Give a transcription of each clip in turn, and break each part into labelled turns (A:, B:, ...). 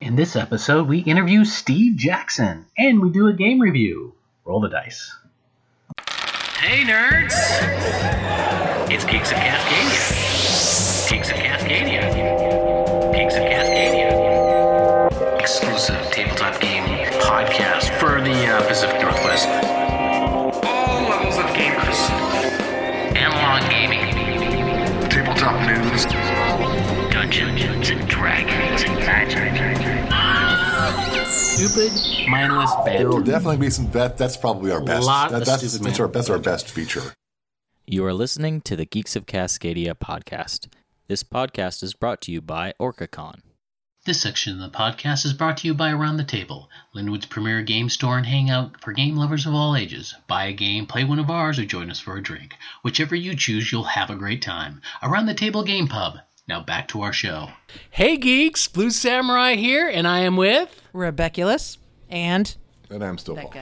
A: In this episode, we interview Steve Jackson and we do a game review. Roll the dice. Hey, nerds! It's Geeks of Cascadia. Geeks of Cascadia. Geeks of Cascadia. Exclusive tabletop game podcast for the uh, Pacific Northwest. All levels of gamers. Analog gaming.
B: Tabletop news.
A: Dungeons and Dragons and Stupid, mindless
B: There will
A: banter.
B: definitely be some. That, that's probably our best.
A: Lot
B: That-
A: of
B: that's
A: stupid
B: that's
A: man.
B: our that's our best feature.
C: You are listening to the Geeks of Cascadia podcast. This podcast is brought to you by OrcaCon.
A: This section of the podcast is brought to you by Around the Table, Linwood's premier game store and hangout for game lovers of all ages. Buy a game, play one of ours, or join us for a drink. Whichever you choose, you'll have a great time. Around the Table Game Pub. Now back to our show. Hey geeks, Blue Samurai here, and I am with
D: Rebeculous and
B: And I'm still Paul.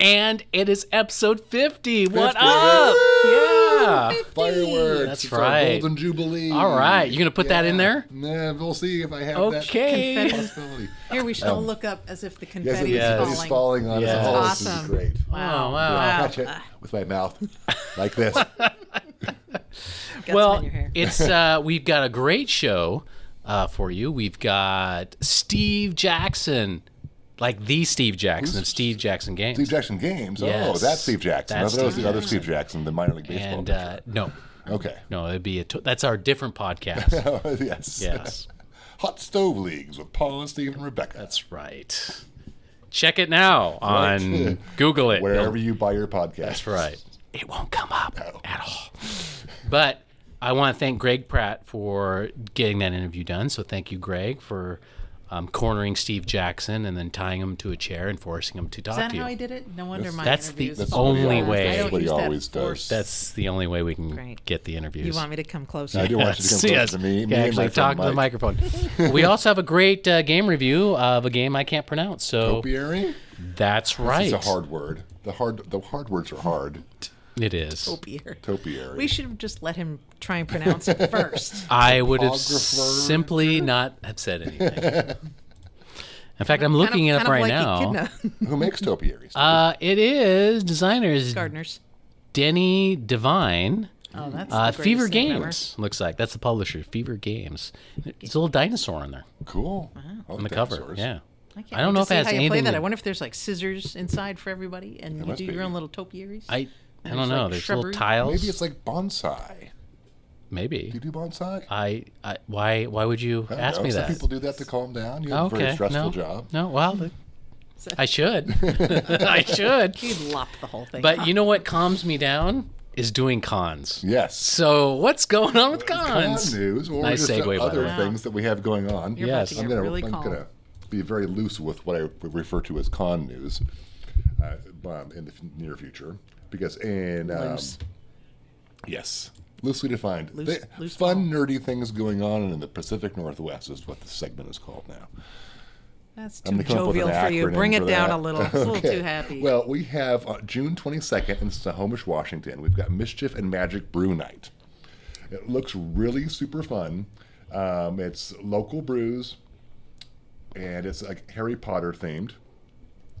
A: and it is episode 50. What
B: 50.
A: up? Yeah.
B: Fireworks.
A: That's
B: it's our
A: right.
B: Golden Jubilee.
A: All right, you gonna put that in there?
B: Nah, we'll see if I have
A: Okay.
B: that possibility.
D: here we should all
B: Um,
D: look up as if the
B: Yes,
D: confetti
B: it
D: is
B: is.
D: falling.
B: It's falling on
A: Yeah.
B: us all. This is
D: Awesome.
B: great.
E: Oh,
A: Wow, wow.
B: Catch it with my mouth, like this.
D: Guts in
E: well,
D: your hair.
E: it's uh, we've got a great show uh, for you. We've got Steve Jackson, like the Steve Jackson of Steve Jackson Games,
B: Steve Jackson games. Oh,
E: Yes.
B: that's Steve Jackson.
E: That's
B: I thought it was
E: Steve
B: the other Steve Jackson, the minor league baseball.
E: and uh, no,
B: pitcher. okay.
E: no, it'd be a to- that's our different podcast.
B: yes.
E: yes,
B: Hot stove leagues with Paul and Steve and Rebecca.
E: that's right. Check it now on
B: Right.
E: Google it.
B: Wherever you buy your podcast.
E: That's right. It won't come up at all. But I want to thank Greg Pratt for getting that interview done. So thank you, Greg, for um, cornering Steve Jackson and then tying him to a chair and forcing him to talk
D: Is that
E: to you.
D: how he did it? No wonder my
E: That's the-
D: interviews
E: that's
D: fall
E: the only
D: apart.
E: way.
D: I don't
B: That's what he
D: use that
B: always does.
D: force.
E: That's the only way we can
D: Great.
E: get the interviews.
D: You want me to come closer?
B: I do want you to come close
E: Yes,
B: to me.
E: you can
B: me and
E: actually
B: my
E: talk
B: friend
E: to the
B: Mike.
E: microphone. we also have a great uh, game review of a game I can't pronounce. So
B: Topiary?
E: that's right.
B: It's a hard word. The hard the hard words are hard.
E: It is.
D: Beer.
B: Topiary.
D: We should have just let him try and pronounce it first.
E: I would have
B: Topographer.
E: simply not have said anything. In fact, I'm
D: Kind of-
E: looking it up
D: kind of
E: right now.
D: like Echidna.
B: Who makes topiaries?
E: Uh, it is designers
D: Gardeners.
E: Denny Divine.
D: Oh, that's
E: Uh,
D: the greatest
E: Fever
D: name ever.
E: Games looks like that's the publisher. Fever Games. There's a little dinosaur on there
B: cool.
E: on the cover. Yeah, I, don't
D: can't wait
E: know
D: to
E: if it
D: see
E: has
D: how you
E: anything.
D: Play that.
E: to-
D: I wonder if there's like scissors inside for everybody, and you
B: must
D: do your
B: be.
D: own little topiaries.
E: I, I don't
D: There's,
E: know.
D: like,
E: There's
D: shrubbery.
E: little tiles.
B: Maybe it's like bonsai.
E: Maybe.
B: Do you do bonsai?
E: I, I why why would you
B: I don't
E: Uh, ask
B: know.
E: me
B: Some
E: that?
B: people do that to calm down. You have
E: okay.
B: a very stressful
E: no.
B: job.
E: No. Well, I should. I should.
D: You'd lop the whole thing.
E: But you know what calms me down is doing cons.
B: Yes.
E: So what's going on with
B: Con
E: cons?
B: news or
E: Nice
B: just the
E: segue, by the
B: other
E: way.
B: things that we have going on.
D: You're
E: yes.
D: about to
B: I'm
D: get
B: gonna
D: really
B: I'm
D: calm.
B: gonna be very loose with what I re- refer to as con news uh, um, in the f- near future because in um,
D: Loose.
B: yes loosely defined
D: Loose-
B: They-
D: loose
B: fun nerdy things going on in the Pacific Northwest is what this segment is called now.
D: That's
B: I'm
D: too
B: gonna come up with
D: jovial
B: an
D: for you.
B: acronym
D: Bring
B: for
D: it down a
B: that.
D: little. It's a little
B: Okay.
D: too happy.
B: Well, we have uh, June 22nd in Snohomish, Washington. We've got Mischief and Magic Brew Night. It looks really super fun. Um, it's local brews, and it's like Harry Potter themed.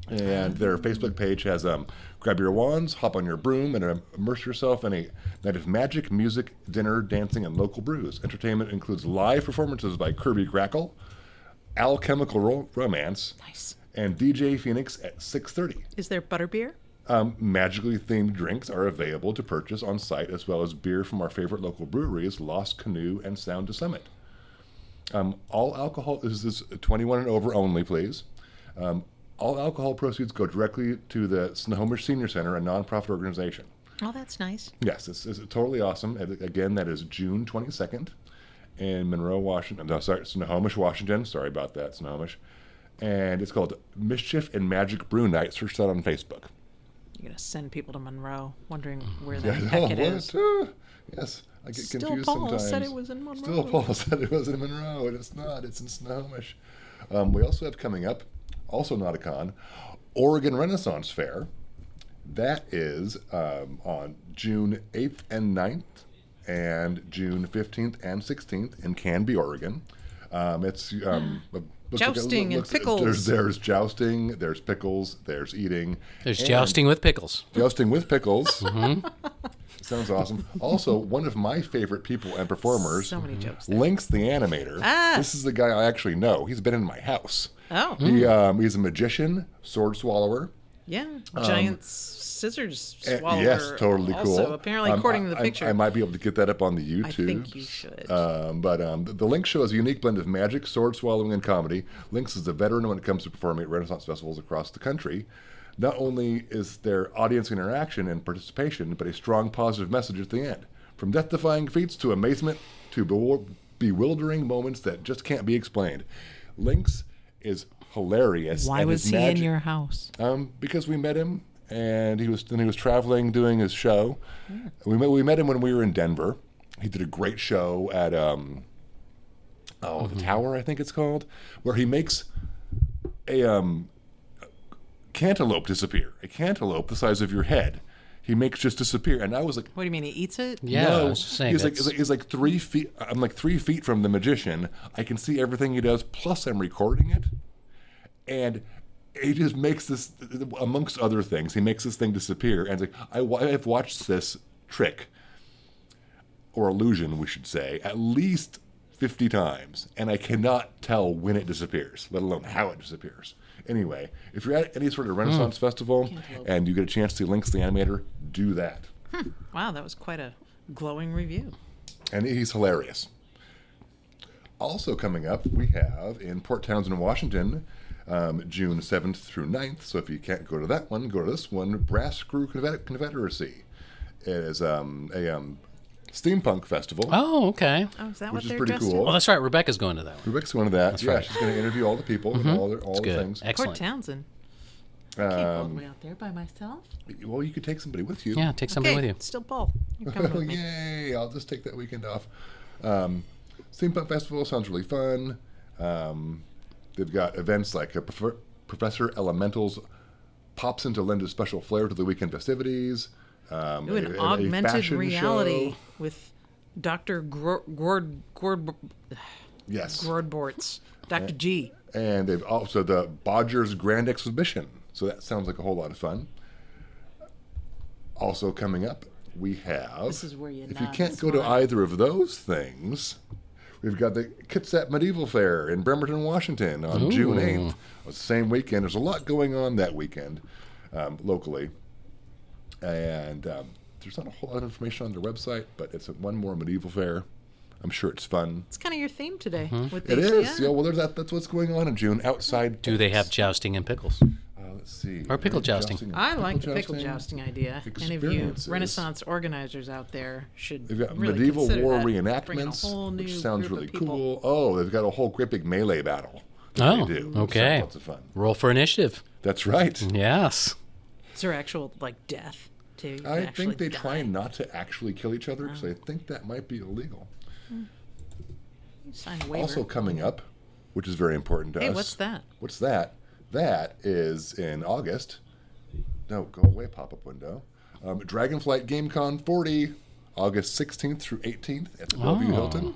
B: And their Facebook page has um, grab your wands, hop on your broom, and um, immerse yourself in a night of magic, music, dinner, dancing, and local brews. Entertainment includes live performances by Kirby Grackle, Alchemical Ro- Romance,
D: nice.
B: and DJ Phoenix at 6:30.
D: Is there butterbeer?
B: Um, magically themed drinks are available to purchase on site, as well as beer from our favorite local breweries, Lost Canoe and Sound to Summit. Um, all alcohol is this 21 and over only, please. Um, all alcohol proceeds go directly to the Snohomish Senior Center, a nonprofit organization.
D: Oh, that's nice.
B: Yes, it's, it's totally awesome. And again, that is June 22nd in Monroe, Washington. No, sorry, Snohomish, Washington. Sorry about that, Snohomish. And it's called Mischief and Magic Brew Night. Search that on Facebook.
D: You're gonna send people to Monroe, wondering where the
B: Oh,
D: heck it
B: what?
D: is.
B: Ah, yes, I get
D: Still
B: confused
D: Paul said
B: sometimes.
D: it was in Monroe.
B: Still, Paul said it was in Monroe, and it's not. It's in Snohomish. Um, we also have coming up, also not a con, Oregon Renaissance Fair. That is um, on June 8th and 9th, and June 15th and 16th in Canby, Oregon. Um, it's um, a Looks like it
D: Mm. Jousting and
B: looks-
D: pickles.
B: There's, there's jousting, there's pickles, there's eating.
E: There's
B: and
E: jousting with pickles.
B: Jousting with pickles. Sounds awesome. Also, one of my favorite people and performers,
D: So many jokes. There.
B: Lynx the Animator.
D: Ah.
B: This is the guy I actually know. He's been in my house.
D: Oh,
B: He, um, he's a magician, sword swallower.
D: yeah. Giant s- Um, scissors
B: Eh,
D: swallower.
B: yes, totally cool.
D: Also, apparently,
B: Um,
D: according to the
B: I- I-
D: picture.
B: I, might be able to get that up on the YouTube.
D: I think you should.
B: Um, but um, the, the Lynx show is a unique blend of magic, sword swallowing, and comedy. Lynx is a veteran when it comes to performing at Renaissance festivals across the country. Not only is there audience interaction and participation, but a strong positive message at the end. From death defying feats to amazement to bewil- bewildering moments that just can't be explained. Lynx is hilarious.
D: Why
B: and
D: was
B: his
D: he in
B: magic-
D: your house?
B: um, because we met him, and he was then he was traveling doing his show. We met we met him when we were in Denver. He did a great show at um, oh the Tower I think it's called, where he makes a um, cantaloupe disappear, a cantaloupe the size of your head. He makes just disappear, and I was like,
D: What do you mean he eats it?
E: Yeah, I
B: no,
E: was just saying.
B: he's like,
E: that's-
B: he's like he's like three feet. I'm like three feet from the magician. I can see everything he does. Plus, I'm recording it, and he just makes this amongst other things. He makes this thing disappear. And it's like I, wa- I've watched this trick or illusion, we should say, at least fifty times, and I cannot tell when it disappears, let alone how it disappears. Anyway, if you're at any
E: Hmm.
B: sort of Renaissance festival and you get a chance to see Lynx the Animator, do that.
D: Wow, that was quite a glowing review.
B: and he's hilarious. Also coming up, we have in Port Townsend, Washington, um, June 7th through 9th. So if you can't go to that one, go to this one, Brass Screw Confeder- Confederacy. It is um, a um, steampunk festival,
E: oh, okay.
D: Oh, is that
B: which
D: what
B: is
D: they're
B: pretty
D: dressed
B: cool.
E: Well, that's right. Rebecca's going to that one.
B: Rebecca's going to that. yeah, she's going to interview all the people and all, their, all the
E: Mm-hmm. Good.
B: things.
D: in? Port
E: Excellent.
D: Townsend. I
B: Um,
D: can't go all the way out there by myself.
B: Well, you could take somebody with you.
E: Yeah, take somebody
D: Okay,
E: with you.
D: still Paul. You're coming
B: Oh,
D: with me.
B: yay! I'll just take that weekend off. Um, Steampunk Festival sounds really fun. Um, they've got events like a prof- Professor Elementals pops in to lend a special flair to the weekend festivities. Um,
D: Ooh,
B: a-
D: an
B: a- a
D: augmented
B: fashion
D: reality
B: show.
D: with Dr. Gro- Gord Gord
B: Yes.
D: Gordborts. Dr. G.
B: and they've also the Bodgers Grand Exhibition. So that sounds like a whole lot of fun. Also coming up, we have.
D: This is where you
B: If you
D: nod
B: can't
D: and
B: go to
D: smile.
B: either of those things, we've got the Kitsap Medieval Fair in Bremerton, Washington, on June eighth. Oh, The same weekend. There's a lot going on that weekend, um, locally, and um, there's not a whole lot of information on their website, but it's one more medieval fair. I'm sure it's fun.
D: It's kind of your theme today. With
B: Mm-hmm. It
D: these,
B: is. Yeah.
D: yeah.
B: well, there's that, that's what's going on in June outside.
E: Do they have jousting and pickles?
B: Uh, let's see.
E: Or pickle jousting.
D: I like the pickle jousting idea. Any of you
B: experiences.
D: Renaissance organizers out there should
B: They've got
D: really
B: medieval
D: consider
B: war
D: that. Bring in a whole
B: reenactments,
D: new
B: which sounds
D: group of
B: really
D: people.
B: cool. Oh, they've got a whole great big melee battle. that
E: Oh,
B: they do.
E: okay. Mm-hmm.
B: Sounds Lots of fun.
E: Roll for initiative.
B: That's right.
E: Yes.
D: Is there actual like death too? You can
B: I
D: actually
B: think they
D: die.
B: try not to actually kill each other because I think that might be illegal.
D: You sign a waiver.
B: Also coming up, which is very important to
D: hey,
B: us.
D: what's that?
B: What's that? That is in August. No, go away, pop up window. Um, Dragonflight GameCon 40, August 16th through 18th at the
E: Oh.
B: Bellevue Hilton.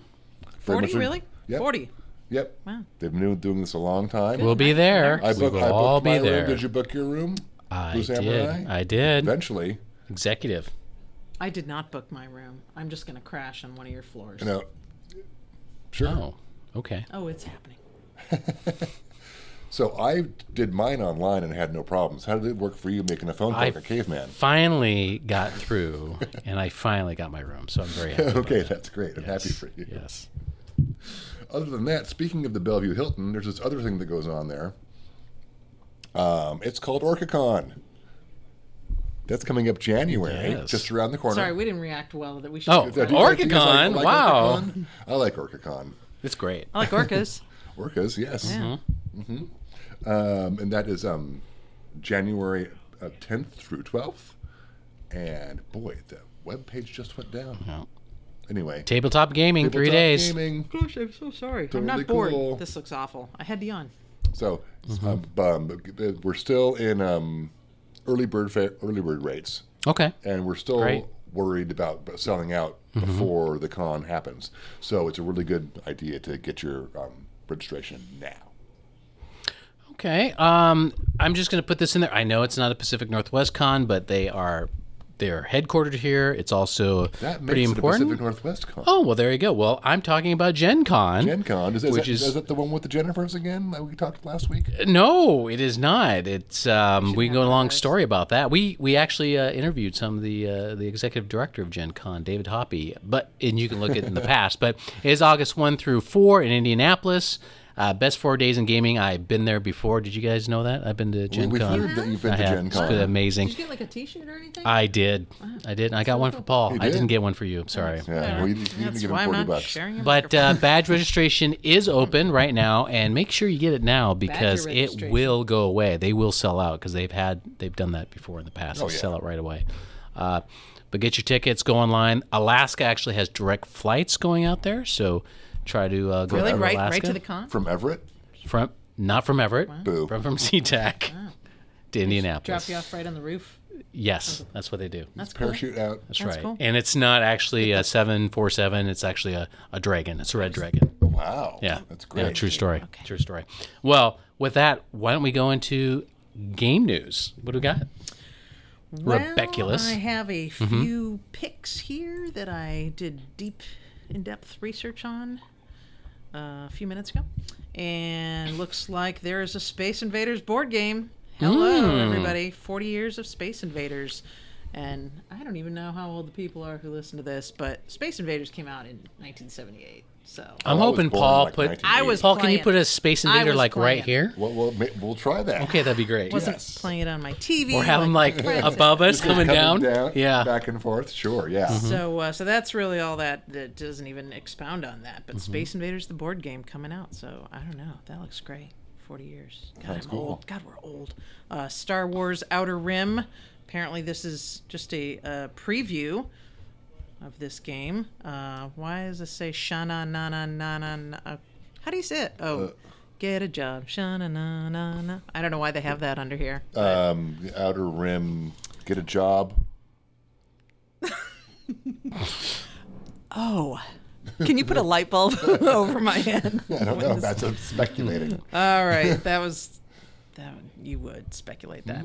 B: Very much
D: Forty
B: a-
D: really?
B: Yep.
D: Forty.
B: Yep.
D: Wow.
B: They've been doing this a long time.
E: We'll be there.
B: I
E: we
B: booked,
E: will
B: I booked
E: all be
B: my
E: there.
B: room. Did you book your room?
E: I
B: Blue Samurai?
E: did. I did.
B: Eventually.
E: Executive.
D: I did not book my room. I'm just gonna crash on one of your floors.
B: You know, sure.
E: Oh, okay.
D: Oh, it's happening.
B: So I did mine online and had no problems. How did it work for you making a phone call
E: I-
B: like a caveman?
E: Finally got through, and I finally got my room, so I'm very happy.
B: Okay, that's great. I'm happy for you.
E: Yes.
B: Other than that, speaking of the Bellevue Hilton, there's this other thing that goes on there. Um, it's called OrcaCon. That's coming up January,
E: Yes.
B: just around the corner.
D: Sorry, we didn't react well. That we should.
E: Oh,
B: Do you- do you guys
E: OrcaCon.
B: like
E: wow.
B: OrcaCon? I like OrcaCon.
E: It's great.
D: I like orcas.
B: Orcas, yes.
D: Yeah.
E: Mm-hmm.
B: Um, and that is um, January uh, 10th through 12th. And boy, the web page just went down.
E: Yeah.
B: Anyway,
E: Tabletop gaming, three
B: tabletop
E: days.
B: Gaming,
D: Gosh, I'm so sorry. I'm
B: Totally
D: not bored.
B: cool.
D: This looks awful. I had to yawn.
B: So
E: Mm-hmm.
B: um, um, we're still in um, early bird fa- early bird rates,
E: Okay.
B: and we're still
E: Great. Mm-hmm.
B: worried about selling out before the con happens. So it's a really good idea to get your um, registration now.
E: Okay. Um, I'm just going to put this in there. I know it's not a Pacific Northwest con, but they are they're headquartered here. It's also
B: That makes
E: pretty
B: it a
E: important.
B: Pacific Northwest con.
E: Oh well, there you go. Well, I'm talking about Gen Con.
B: Gen Con. Is, that- is
E: which
B: that-
E: is-
B: is that the one with the Jennifers again that we talked last week?
E: No, it is not. It's um, we can go a long story about that. We we actually uh, interviewed some of the uh, the executive director of Gen Con, David Hoppy, but and you can look at it in the past. But it is August one through four in Indianapolis. Uh, best four days in gaming. I've been there before. Did you guys know that? I've been to
B: We,
E: Gen
B: we've
E: Con.
B: heard that you've been
E: I
B: to
E: have.
B: Gen
E: It's
B: Con.
E: been
F: Did
E: amazing.
F: you get like a T-shirt or anything?
B: Uh,
F: Uh,
E: I did. I did. and I got one for Paul. I
B: did?
E: didn't get one for you. I'm sorry.
B: Yeah, we need to give
D: That's
B: him
D: why I'm
B: 40
D: not
B: bucks.
D: sharing your
E: But uh, badge registration is open right now, and make sure you get it now because it
F: registration.
E: will go away. They will sell out because they've had they've done that before in the past. They
B: yeah.
E: sell out right away. Uh, but get your tickets, go online. Alaska actually has direct flights going out there, so try to uh, go
D: really
E: to
D: right
E: Alaska.
D: right to the con.
B: From Everett?
E: from not from Everett,
B: Boo.
E: from from SeaTac to
F: Drop
E: Indianapolis.
F: you off right on the roof.
E: Yes, that's what they do.
B: That's parachute out.
E: That's, right.
D: Oh. cool.
E: And it's not actually a seven four seven. It's actually a, a dragon. It's a red dragon.
B: Wow.
E: Yeah.
B: That's
E: Yeah,
B: great.
E: true story. True story. Well, with that, why don't we go into game news? What do we got? Rebeculous.
D: Well, I have a
E: Mm-hmm.
D: few picks here that I did deep, in depth research on uh, a few minutes ago. And looks like there is a Space Invaders board game. Hello,
E: Hmm.
D: everybody. 40 years of Space Invaders. And I don't even know how old the people are who listen to this, but Space Invaders came out in 1978. So
E: I'm
B: I was
E: hoping
B: born
E: Paul
B: in, like,
E: put
B: 1980.
D: I was-
E: Paul, can you
D: playing.
E: put a space
D: I
E: invader
D: was
E: like right
D: playing.
E: here?
B: Well, we'll, ma- we'll try that.
E: Okay, that'd be great.
D: wasn't
B: Yes.
D: playing it on my TV.
E: Or have them like
D: friends had.
E: above us coming, down. Yeah. Mm-hmm.
B: Back and forth. Sure. Yeah.
D: So, uh, so that's really all that that doesn't even expound on that. But Space Invaders, the board game coming out. So I don't know. That looks great. Forty years. God, I'm old. God, we're old. Uh, Star Wars Outer Rim. Apparently, this is just a uh, preview of this game. Uh, why does it say Shana na na na na? na- Uh, how do you say it? Oh. Get a job, shana na na na. I don't know why they have that under here.
B: Um, the outer rim. Get a job.
D: oh, can you put a light bulb over my head?
B: I don't know. That's I'm speculating.
D: All right, that was that you would speculate that.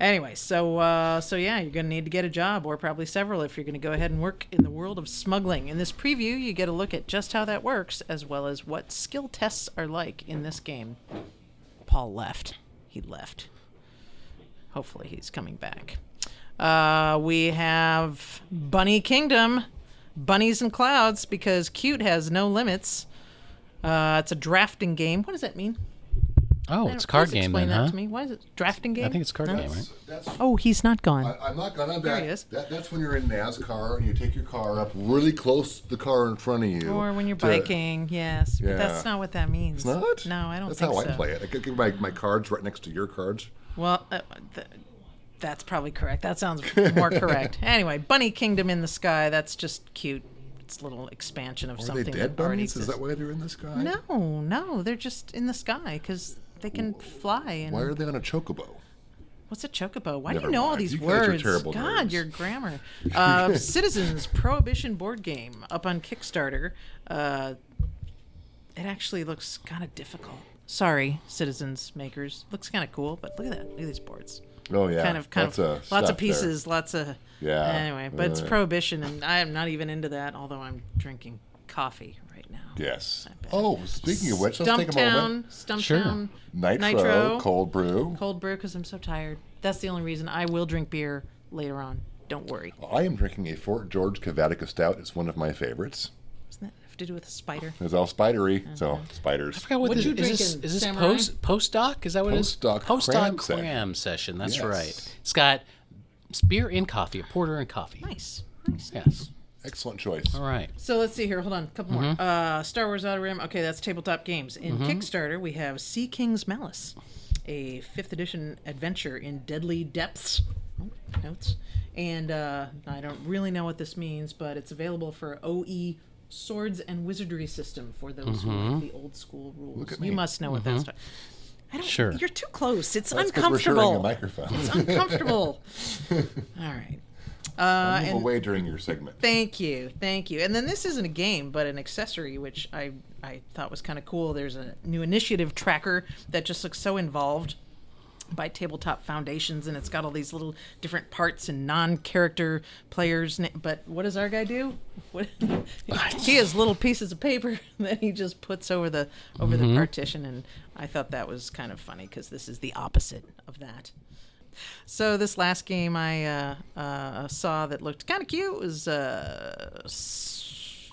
D: Anyway, so uh, so yeah, you're going to need to get a job or probably several if you're going to go ahead and work in the world of smuggling. In this preview, you get a look at just how that works as well as what skill tests are like in this game. Paul left. He left. Hopefully, he's coming back. Uh, we have Bunny Kingdom, Bunnies and Clouds, because cute has no limits. Uh, it's a drafting game. What does that mean?
E: Oh,
D: I
E: it's a
D: don't-
E: card
D: please
E: game
D: explain
E: then,
D: that
E: huh?
D: to me. Why is it drafting game?
E: I think it's a card game, right?
B: That's,
D: Oh, he's not gone.
B: I, I'm not gonna.
D: he is.
B: That, that, that's when you're in NASCAR and you take your car up really close to the car in front of you.
D: or when you're
B: to-
D: biking, yes. But that's
B: Yeah.
D: not what that means. It's
B: Not?
D: No, I don't
B: That's
D: think
B: how
D: so.
B: I play it. I get get my, my cards right next to your cards.
D: Well, uh, th- that's probably correct. That sounds more correct. Anyway, Bunny Kingdom in the Sky. That's just cute. It's a little expansion of
B: Are
D: something
B: they
D: that
B: dead
D: already
B: bunnies? Is
D: exists.
B: that why they're in the sky?
D: no, no, they're just in the sky because they can fly. And
B: Why are they on a chocobo?
D: What's a chocobo? Why do
B: Never
D: you know all
B: mind.
D: these
B: You guys are
D: words?
B: terrible
D: God,
B: nerds.
D: your grammar. Uh, Citizens Prohibition board game up on Kickstarter. Uh, it actually looks kind of difficult. Sorry, citizens makers. Looks kind of cool, but look at that. Look at these boards.
B: Oh yeah,
D: kind of, kind
B: lots
D: of,
B: of,
D: lots
B: stuff
D: of pieces, lots of.
B: Yeah.
D: Anyway, but it's
B: Uh.
D: prohibition, and I am not even into that. Although I'm drinking coffee right now.
B: There. Yes. Oh, speaking of which, let's take a moment.
D: Stumptown, Stumptown,
B: Nitro,
D: Nitro,
B: cold brew.
D: cold brew because I'm so tired. That's the only reason I will drink beer later on. Don't worry.
B: I am drinking a Fort George Cavatica Stout. It's one of my favorites.
D: Doesn't that have to do with a spider?
B: It's all spidery,
D: Mm-hmm.
B: so spiders.
E: forgot what
F: What'd
E: the-
F: you drink
E: is
F: in
E: this, is this
F: Samurai?
E: post postdoc? Is that what
B: Postdoc
E: it is? Postdoc
B: cram session.
E: cram session. That's
B: Yes.
E: right. It's got beer and coffee, a porter and coffee.
D: Nice. Nice.
E: Yes.
B: Excellent choice.
E: All right.
D: So let's see here. Hold on, a couple more.
B: Mm-hmm.
D: Uh, Star Wars Outer Rim. Okay, that's tabletop games. In Kickstarter, we have Sea King's Malice, a fifth edition adventure in deadly depths. Oh, Notes. And uh, I don't really know what this means, but it's available for OE Swords and Wizardry system for those who like the old school rules.
B: Mm-hmm. at
D: You
B: me. Mm-hmm.
D: must know what that's. I don't,
E: Sure.
D: You're too close. It's
B: That's 'cause
D: uncomfortable.
B: We're sharing a microphone.
D: uncomfortable. All right.
B: Uh, move away during your segment.
D: Thank you, thank you. And then this isn't a game, but an accessory, which I I thought was kind of cool. There's a new initiative tracker that just looks so involved by Tabletop Foundations, and it's got all these little different parts and non-character players. na- But what does our guy do? What, he has little pieces of paper that he just puts over the over the partition, and I thought that was kind of funny because this is the opposite of that. So this last game I uh, uh, saw that looked kind of cute was uh, s-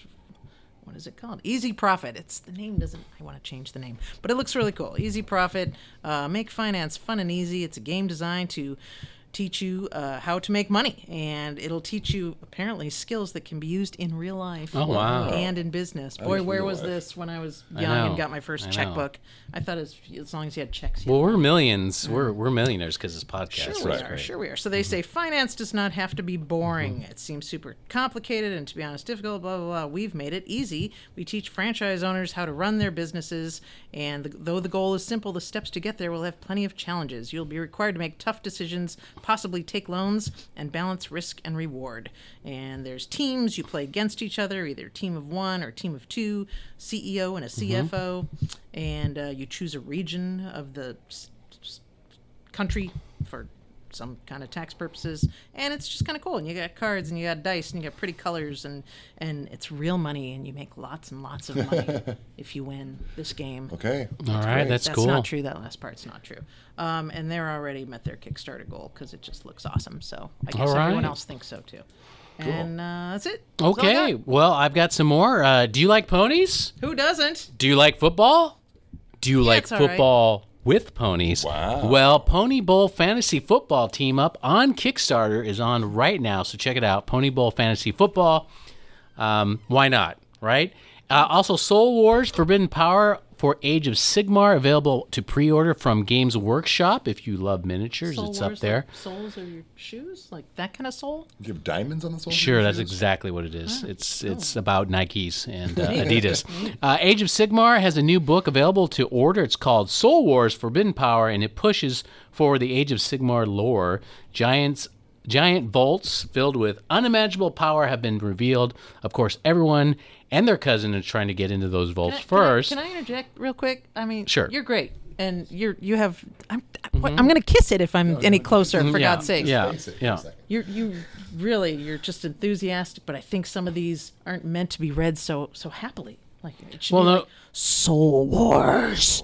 D: what is it called? Easy Profit. It's the name doesn't. I want to change the name, but it looks really cool. Easy Profit. Uh, make finance fun and easy. It's a game designed to teach you uh, how to make money, and it'll teach you apparently skills that can be used in real life.
E: Oh, wow.
D: And in business. Boy,
B: in
D: where
B: real
D: was
B: life.
D: this when I was young and
E: know.
D: got my first
E: I know.
D: checkbook? I thought as, as long as you had checks, you
E: Well, we're millions. We're we're millionaires because this podcast.
D: Sure
E: so
D: we
E: it's
D: are.
E: great.
D: Sure we are. So they say finance does not have to be boring. It seems super complicated and to be honest difficult. Blah blah blah. We've made it easy. We teach franchise owners how to run their businesses, and the, though the goal is simple, the steps to get there will have plenty of challenges. You'll be required to make tough decisions, possibly take loans, and balance risk and reward. And there's teams you play against each other, either team of one or team of two, CEO and a CFO, and uh, you choose a region of the s- country for some kind of tax purposes and it's just kind of cool and you got cards and you got dice and you got pretty colors and and it's real money and you make lots and lots of money if you win this game
B: Okay.
E: All right, that's,
D: that's
E: cool.
D: not true that last part's not true um, and they're already met their kickstarter goal because it just looks awesome so i guess
E: All right.
D: everyone else thinks so too and uh, that's it That's all I
E: Okay,
D: got.
E: well, I've got some more. Uh, do you like ponies?
D: who doesn't
E: Do you like football? Do you like
D: it's all right.
E: football with ponies?
B: Wow.
E: Well, Pony Bowl Fantasy Football Team Up on Kickstarter is on right now, so check it out. Pony Bowl Fantasy Football. Um, why not, right? Uh, also, Soul Wars Forbidden Power for Age of Sigmar available to pre-order from Games Workshop. If you love miniatures,
D: Soul
E: it's
D: wears,
E: up
D: like,
E: there.
D: soles are your shoes like that kind of soul
B: You have diamonds on the soles. of
E: Sure,
B: your
E: that's
B: shoes?
E: exactly what it is.
D: Ah,
E: It's it's about Nikes and uh, Adidas. Uh, Age of Sigmar has a new book available to order. It's called Soul Wars: Forbidden Power, and it pushes for the Age of Sigmar lore. Giants, giant vaults filled with unimaginable power have been revealed. Of course, everyone and their cousin is trying to get into those vaults
D: Can I- can I-
E: first.
D: Can I, interject real quick? I mean,
E: Sure. Mm-hmm.
D: You're great, and you're you have. I'm, what- I'm going to kiss it if I'm any closer. For
E: yeah,
D: God's sake.
E: yeah,
B: Face it for a
E: yeah.
B: second.
D: You're you really you're just enthusiastic, but I think some of these aren't meant to be read so so happily. Like it should
E: Well,
D: be
E: no.
D: like Soul Wars.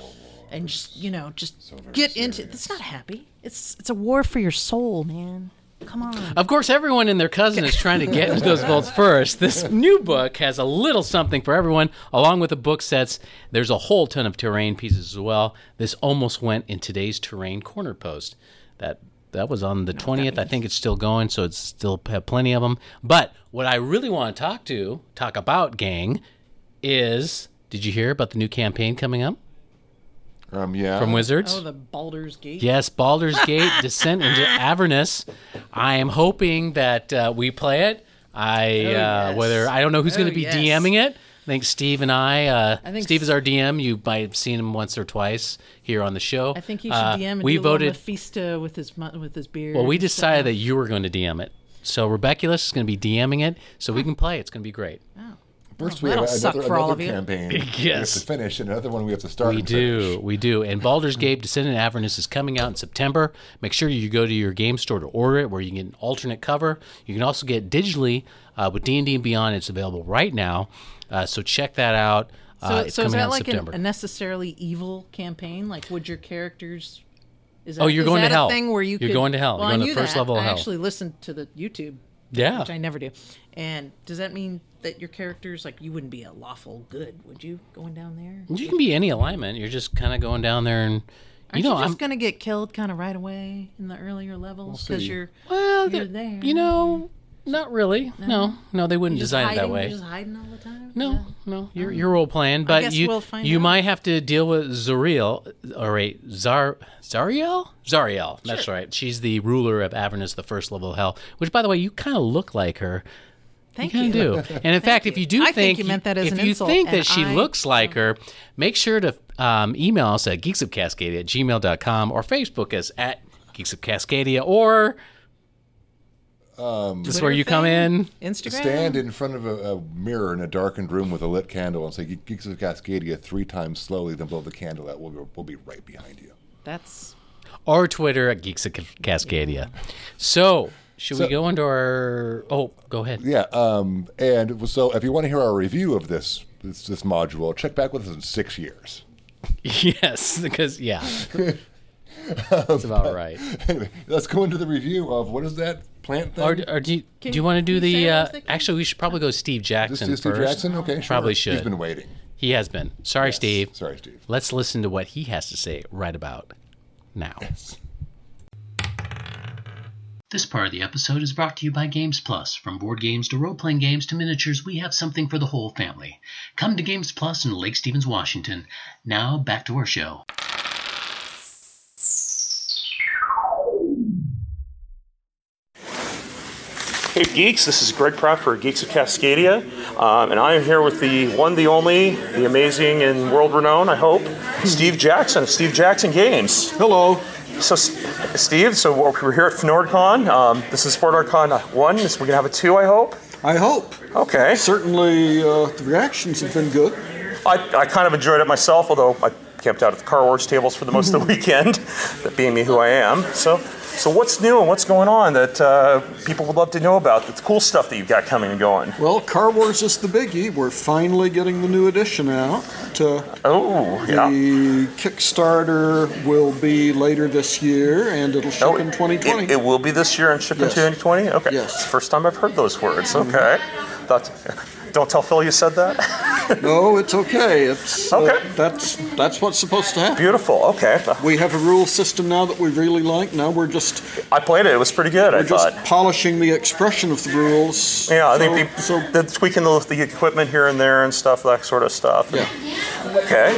D: And just you know, just get into it's not happy. It's it's a war for your soul, man. Come on.
E: Of course, everyone and their cousin is trying to get into those vaults first. This new book has a little something for everyone, along with the book sets. There's a whole ton of terrain pieces as well. This almost went in today's terrain corner post. That that was on the twentieth. I think it's still going, so it's still have plenty of them. But what I really want to talk to talk about, gang, is did you hear about the new campaign coming up
B: Um, yeah.
E: from Wizards?
D: Oh, the Baldur's Gate.
E: Yes, Baldur's Gate Descent into Avernus. I am hoping that uh, we play it. I
D: Oh, yes.
E: uh, whether I don't know who's
D: Oh,
E: going to be
D: yes.
E: DMing it. I think Steve and I. Uh,
D: think
E: Steve
D: s-
E: is our DM. You might have seen him once or twice here on the show.
D: I think he should
E: Uh,
D: DM and
E: we
D: do a little
E: voted.
D: Mephisto with his mu- with his beard.
E: Well, we
D: and stuff.
E: decided that you were going to DM it. So Rebeculus is going to be DMing it, so we can play. It's going to be great.
B: First, we have
D: That'll
B: another,
D: suck for
B: another
D: all of you.
B: campaign. We have
E: Yes.
B: to finish, and another one we have to start.
E: We
B: and
E: do,
B: finish.
E: we do. And Baldur's Gate: Descent and Avernus is coming out in September. Make sure you go to your game store to order it, where you can get an alternate cover. You can also get it digitally uh, with D and D and Beyond. It's available right now, uh, so check that out.
D: So,
E: Uh, it's
D: so is
E: coming out
D: that
E: in
D: like an,
E: September.
D: a necessarily evil campaign? Like, would your characters? Is that,
E: Oh, you're
D: is
E: going
D: that
E: to hell.
D: A thing where you
E: You're
D: could-
E: going to hell.
D: Well,
E: You're going
D: I
E: to
D: knew
E: the first
D: that.
E: level of
D: I
E: hell.
D: actually listened to the YouTube,
E: yeah,
D: which I never do. And does that mean that your characters, like, you wouldn't be a lawful good, would you? Going down there,
E: you can be any alignment. You're just kind of going down there and. You know,
D: you're just
E: I'm
D: gonna get killed kind of right away in the earlier levels because
B: see.
D: you're
E: well.
D: you're
E: th-
D: there.
E: You know, not really. No, no, they wouldn't
D: just
E: design
D: hiding,
E: it that way.
D: You're just hiding all the time.
E: No,
D: Yeah.
E: no, you're you're role playing, but
D: guess
E: you
D: we'll find
E: you
D: out.
E: might have to deal with Zariel. All right, Zar Zariel, Zariel. That's right. She's the ruler of Avernus, the first level of hell. Which, by the way, you kind of look like her.
D: Thank
E: you. kinda
D: you.
E: do. And in fact, if you do
D: I think
E: think,
D: you meant that as
E: if
D: an
E: you
D: insult,
E: think
D: and
E: that she
D: I-
E: looks like her, make sure to um, email us at geeksofcascadia at gmail.com or Facebook us at geeks of Cascadia or This is where you come in.
D: Instagram.
B: Stand in front of a, a mirror in a darkened room with a lit candle and say "Ge- "Geeks of Cascadia" three times slowly, then blow the candle out. We'll, go- we'll be right behind you.
D: That's
E: or Twitter at Geeks of Cascadia. So, should we
B: So-
E: go into our? Oh, go ahead.
B: Yeah, um, and so if you want to hear our review of this this, this module, check back with us in six years.
E: Yes, because yeah, that's about right.
B: Anyway, let's go into the review of what is that plant thing?
E: Or, or do you, do you want to do
F: can you
E: the?
F: say what I'm
E: Uh,
F: thinking?
E: actually, we should probably go Steve
B: This
E: Jackson
B: is Steve
E: first.
B: Jackson. Okay, sure.
E: Probably
B: He's
E: should.
B: been waiting.
E: He has been. Sorry, Steve.
B: Sorry, Steve.
E: Let's listen to what he has to say right about now.
A: This part of the episode is brought to you by Games Plus. From board games to role playing games to miniatures, we have something for the whole family. Come to Games Plus in Lake Stevens, Washington. Now, back to our show.
G: Hey geeks, this is Greg Pratt for Geeks of Cascadia, um, and I am here with the one, the only, the amazing and world-renowned, I hope, Steve Jackson of Steve Jackson Games. Hello. So, S- Steve, so we're we're here at FNordCon. Um, this is FNordCon 1. This- We're going to have a 2, I hope.
H: I hope.
G: Okay.
H: Certainly, uh, the reactions have been good.
G: I, I kind of enjoyed it myself, although I camped out at the Car Wars tables for the most of the weekend, that being me who I am. So, so what's new and what's going on that uh, people would love to know about? The cool stuff that you've got coming and going.
H: Well, Car Wars is the biggie. We're finally getting the new edition out. Uh,
G: Oh, yeah.
H: The Kickstarter will be later this year, and it'll ship
G: Oh,
H: in 2020.
G: It, it will be this year and ship
H: Yes.
G: in 2020? Okay.
H: Yes. Mm-hmm.
G: It's the first time I've heard those words. Okay. That's, don't tell Phil you said that.
H: no, it's okay. It's uh,
G: Okay.
H: that's that's what's supposed to happen.
G: Beautiful. Okay.
H: We have a rule system now that we really like. Now we're just
G: I played it. It was pretty good, I
H: we're just
G: thought.
H: polishing the expression of the rules.
G: Yeah, I
H: so,
G: think the,
H: so
G: the tweaking the, the equipment here and there and stuff, that sort of stuff.
H: Yeah.
G: Okay.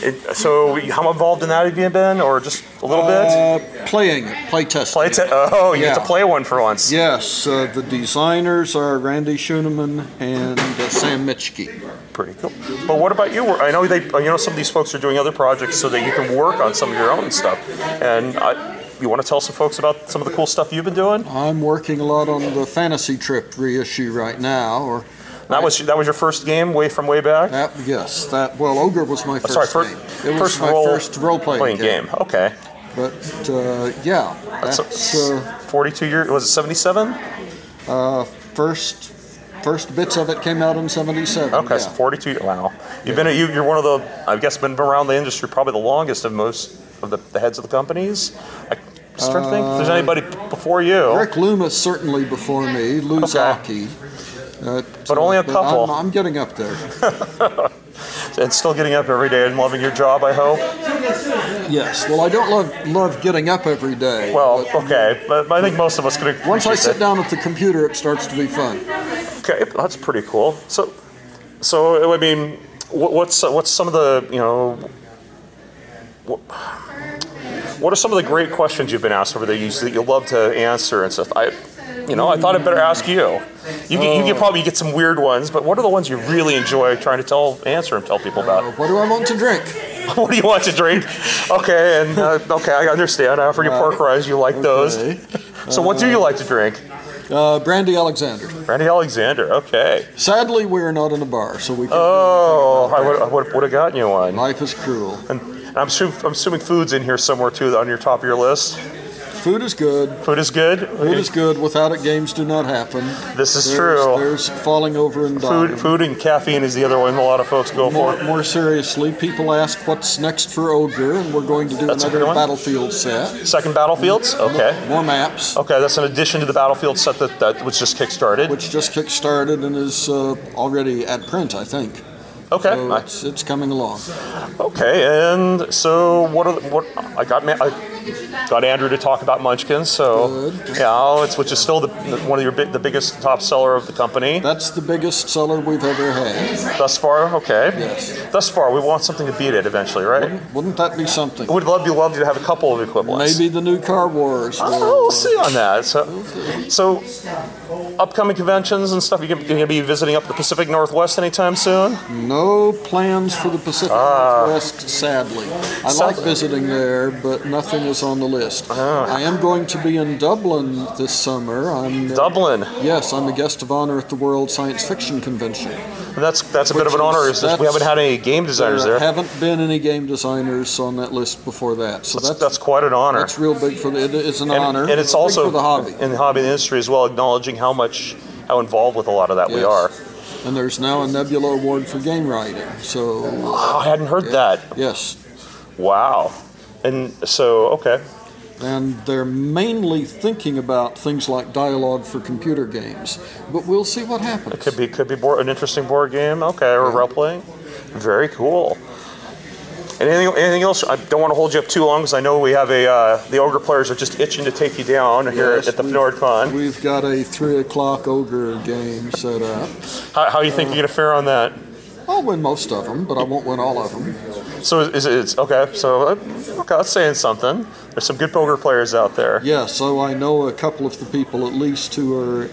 G: It, so, how involved in that have you been, or just a little bit?
H: uh, playing it, play testing.
G: Play te- oh, you get
H: yeah.
G: to play one for once.
H: Yes, uh, the designers are Randy Schooneman and uh, Sam Mitchke.
G: Pretty cool. But what about you? I know they, you know, some of these folks are doing other projects so that you can work on some of your own stuff. And I, you want to tell some folks about some of the cool stuff you've been doing?
H: I'm working a lot on the Fantasy Trip reissue right now. Or
G: That was that was your first game, way from way back.
H: that, yes, that well, Ogre was my
G: I'm
H: first
G: Oh, sorry, first,
H: game. It was
G: first
H: my
G: role
H: first role-playing
G: game. Okay,
H: But uh, yeah,
G: that's,
H: that's,
G: a-
H: uh,
G: 42 years. Was it 77?
H: first first bits of it came out in '77.
G: Okay, so
H: yeah.
G: 42. Wow, you've been you, you're one of the I guess been around the industry probably the longest of most of the, the heads of the companies. I just trying to think if there's anybody before you.
H: Uh, Rick Loomis certainly before me, Lou
G: Okay.
H: Zaki. Uh,
G: But only a
H: I'm-
G: couple.
H: I'm, getting up there.
G: and still getting up every day and loving your job, I hope.
H: Yes. Well, I don't love love getting up every day.
G: Well, okay, but I think most of us could.
H: Once I
G: appreciate
H: sit
G: that.
H: down at the computer, it starts to be fun.
G: Okay, that's pretty cool. So, so I mean, what, what's what's some of the you know, what, what are some of the great questions you've been asked over the years that you love to answer and stuff? I, you know, I thought I'd better ask you. You can, you
H: Oh.
G: can probably get some weird ones, but what are the ones you really enjoy trying to tell, answer, and tell people about?
H: What do I want to drink?
G: what do you want to drink? Okay, and uh, okay, I understand. I offered you pork rinds. You like those.
H: Okay.
G: So, what do you like to drink?
H: Uh, Brandy Alexander.
G: Randy Alexander. Okay.
H: Sadly, we are not in a bar, so we can.
G: Oh, I would, I would, would have gotten you one.
H: Life is cruel.
G: And, and I'm, assuming, I'm assuming food's in here somewhere too, on your top of your list.
H: Food is good.
G: Food is good.
H: Food is good. Without it, games do not happen.
G: This is
H: There's-
G: true.
H: There's falling over and dying.
G: Food, food and caffeine is the other one a lot of folks go
H: More,
G: for.
H: more seriously, people ask what's next for Ogre, and we're going to do
G: That's a
H: another
G: good one.
H: battlefield set.
G: Second battlefields. Okay.
H: More maps,
G: Okay, that's an addition to the battlefield set that, that was just kickstarted.
H: which just kick-started and is uh, already at print, I think.
G: Okay.
H: So
G: I-
H: it's, it's coming along.
G: Okay. And so what? Are, the- what? I got ma- I got Andrew to talk about Munchkins. So
H: Good.
G: yeah, it's which is still the, one of your big, the biggest top seller of the company.
H: That's the biggest seller we've ever had.
G: Thus far, okay.
H: Yes.
G: Thus far, we want something to beat it eventually, right?
H: Wouldn't that be something?
G: We'd love you, love you to have a couple of equivalents.
H: Maybe the new Car Wars.
G: I don't know,
H: will-
G: we'll see on that. So, so upcoming conventions and stuff. You going to be visiting up the Pacific Northwest anytime soon?
H: No
G: Ah.
H: plans for the Pacific Northwest, sadly. I like
G: Sadly.
H: visiting there, but nothing is was on the list.
G: Ah.
H: I am going to be in Dublin this summer. I'm uh,
G: Dublin.
H: Yes, I'm a guest of honor at the World Science Fiction Convention.
G: That's that's a bit of an
H: Which is-
G: honor. Is this, we
H: that's-
G: haven't had any game designers there.
H: haven't been any game designers on that list before that, so
G: That's,
H: that's
G: that's quite an honor.
H: that's real big for the. It, it's an
G: and,
H: honor,
G: and it's
H: big
G: also
H: for the hobby.
G: in the hobby industry as well, acknowledging how much how involved with a lot of that we
H: Yes.
G: are.
H: And there's now a Nebula Award for game writing. So
G: Oh, I hadn't heard that.
H: yes,
G: Wow. And so okay,
H: and they're mainly thinking about things like dialogue for computer games. But we'll see what happens.
G: could be could be board, an interesting board game. Okay, or role playing. Very cool. And anything, anything else? I don't want to hold you up too long because I know we have a uh, the ogre players are just itching to take you down here
H: Yes,
G: at the
H: we-
G: NordCon.
H: We've got a three o'clock ogre game set up.
G: How, how do you think you're gonna fare on that?
H: I'll win most of them, but I won't win all of them.
G: So is it, it's okay. So uh, okay, that's saying something. There's some good poker players out there.
H: Yeah, so I know a couple of the people at least who are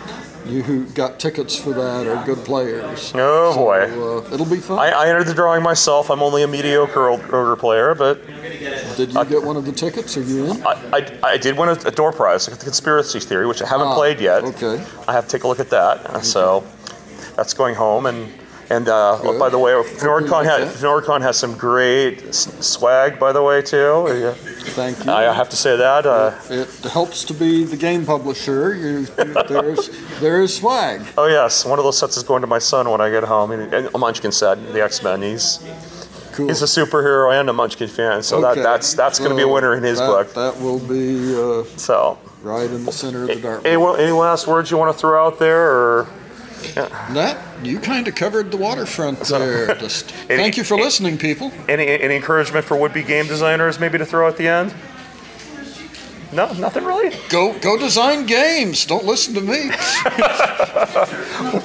H: who got tickets for that are good players.
G: Oh,
H: So,
G: boy.
H: uh, it'll be fun.
G: I, I entered the drawing myself. I'm only a mediocre o- ogre player, but
H: Did you get one of the tickets? Are you in?
G: I, I, I did win a, a door prize, the conspiracy theory, which I haven't
H: Ah,
G: played yet.
H: Okay.
G: I have to take a look at that. Uh, So that's going home. And and uh, oh, by the way, NordCon,
H: like
G: has, NordCon has some great s- swag, by the way, too. Yeah.
H: Thank you.
G: I have to say that. Uh,
H: it helps to be the game publisher. You, there's there is swag.
G: oh, yes, one of those sets is going to my son when I get home. And, and a Munchkin set, the X Men. He's,
H: Cool.
G: he's a superhero and a Munchkin fan, so
H: Okay,
G: that, that's that's going to be a
H: so
G: winner in his
H: that-
G: book.
H: That will be uh,
G: So,
H: right in the center of the dark.
G: anyone, any last words you want to throw out there? Or
H: That you kind of covered the waterfront there. Just
G: Any-
H: thank you for listening, people.
G: Any, any encouragement for would-be game designers maybe to throw at the end? No, nothing really.
H: Go go design games. Don't listen to me.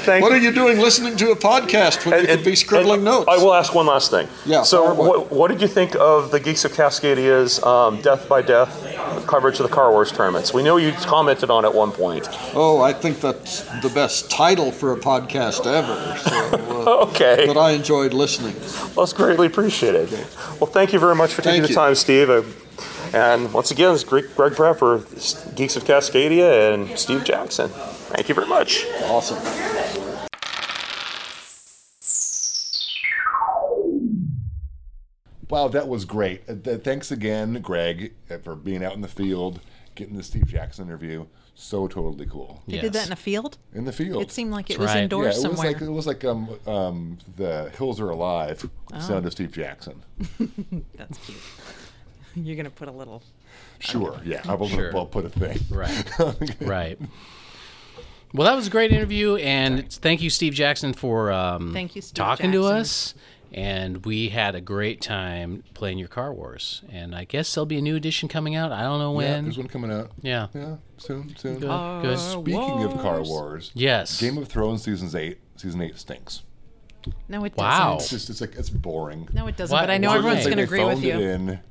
G: Thank
H: What are you doing listening to a podcast when you could be scribbling
G: and
H: notes?
G: I will ask one last thing.
H: Yeah,
G: So,
H: fire away.
G: what, what did you think of the Geeks of Cascadia's um, Death by Death coverage of the Car Wars tournaments? We know you commented on it at one point.
H: Oh, I think that's the best title for a podcast ever. So, uh,
G: Okay,
H: but I enjoyed listening.
G: that's greatly appreciated. Well, thank you very much for taking the
H: Thank you.
G: time, Steve. Uh, And once again, it's Greg, Greg Pratt for Geeks of Cascadia and Steve Jackson. Thank you very much.
H: Awesome.
B: Wow, that was great. Uh, th- Thanks again, Greg, uh, for being out in the field, getting the Steve Jackson interview. So totally cool
D: They did that in a field?
B: in the field.
D: It seemed like it
E: That's
D: was
E: right.
B: yeah,
D: indoors
B: it was
D: somewhere.
B: like it was like um, um, the Hills Are Alive
E: Oh.
B: sound of Steve Jackson.
D: That's cute. You're gonna put a little.
B: Sure, yeah, I will
E: Sure.
B: I'll put a thing.
E: Right. right. Well, that was a great interview, and it's- thank you, Steve Jackson, for um,
D: Thank you, Steve
E: talking to
D: Jackson.
E: us. And we had a great time playing your Car Wars. And I guess there'll be a new edition coming out. I don't know
B: yeah,
E: when.
B: there's one coming out.
E: Yeah.
B: Yeah, soon, soon.
E: Good. Good.
B: Uh, Speaking of Car Wars,
E: Yes.
B: Game of Thrones seasons eight, season eight stinks.
D: No, it
E: Wow.
B: It's
D: doesn't.
B: just it's like it's boring.
D: No, it doesn't.
E: Why-
D: But I know
E: why? It's
D: everyone's
E: like
D: gonna
B: they
D: agree with
B: phoned it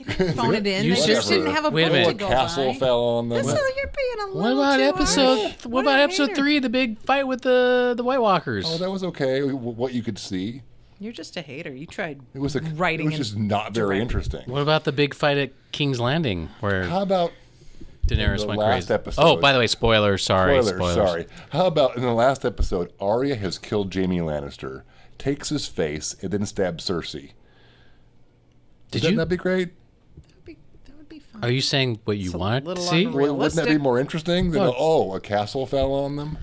D: you.
B: in.
D: Phone it in.
E: You
D: They just
E: said-
D: didn't have a
E: Wait a
D: book
E: minute.
D: to go
B: Castle
D: by.
B: fell on
D: That's
B: the.
D: how you're being
E: what
D: a little
E: about
D: too
E: episode?
D: harsh.
E: What
D: a
E: about episode
D: hater.
E: three? The big fight with the the White Walkers.
B: Oh, that was okay. w- What you could see.
D: You're just a hater. You tried.
B: It was like
D: Writing
B: It was
D: and
B: just not very interesting.
E: what about the big fight at King's Landing where
B: How about
E: Daenerys
B: the
E: went
B: last
E: crazy?
B: episode-
E: Oh, by the way, spoiler. Sorry,
B: spoilers? Sorry. How about in the last episode, Arya has killed Jamie Lannister, takes his face, and then stabs Cersei.
E: Did
B: Wouldn't
E: you?
B: that be great?
D: That would be fun.
E: Are you saying what you
D: a
E: wanted to
D: little
E: see?
D: unreal.
B: Well, wouldn't that be
D: Realistic.
B: more interesting than
E: What?
B: oh, a castle fell on them?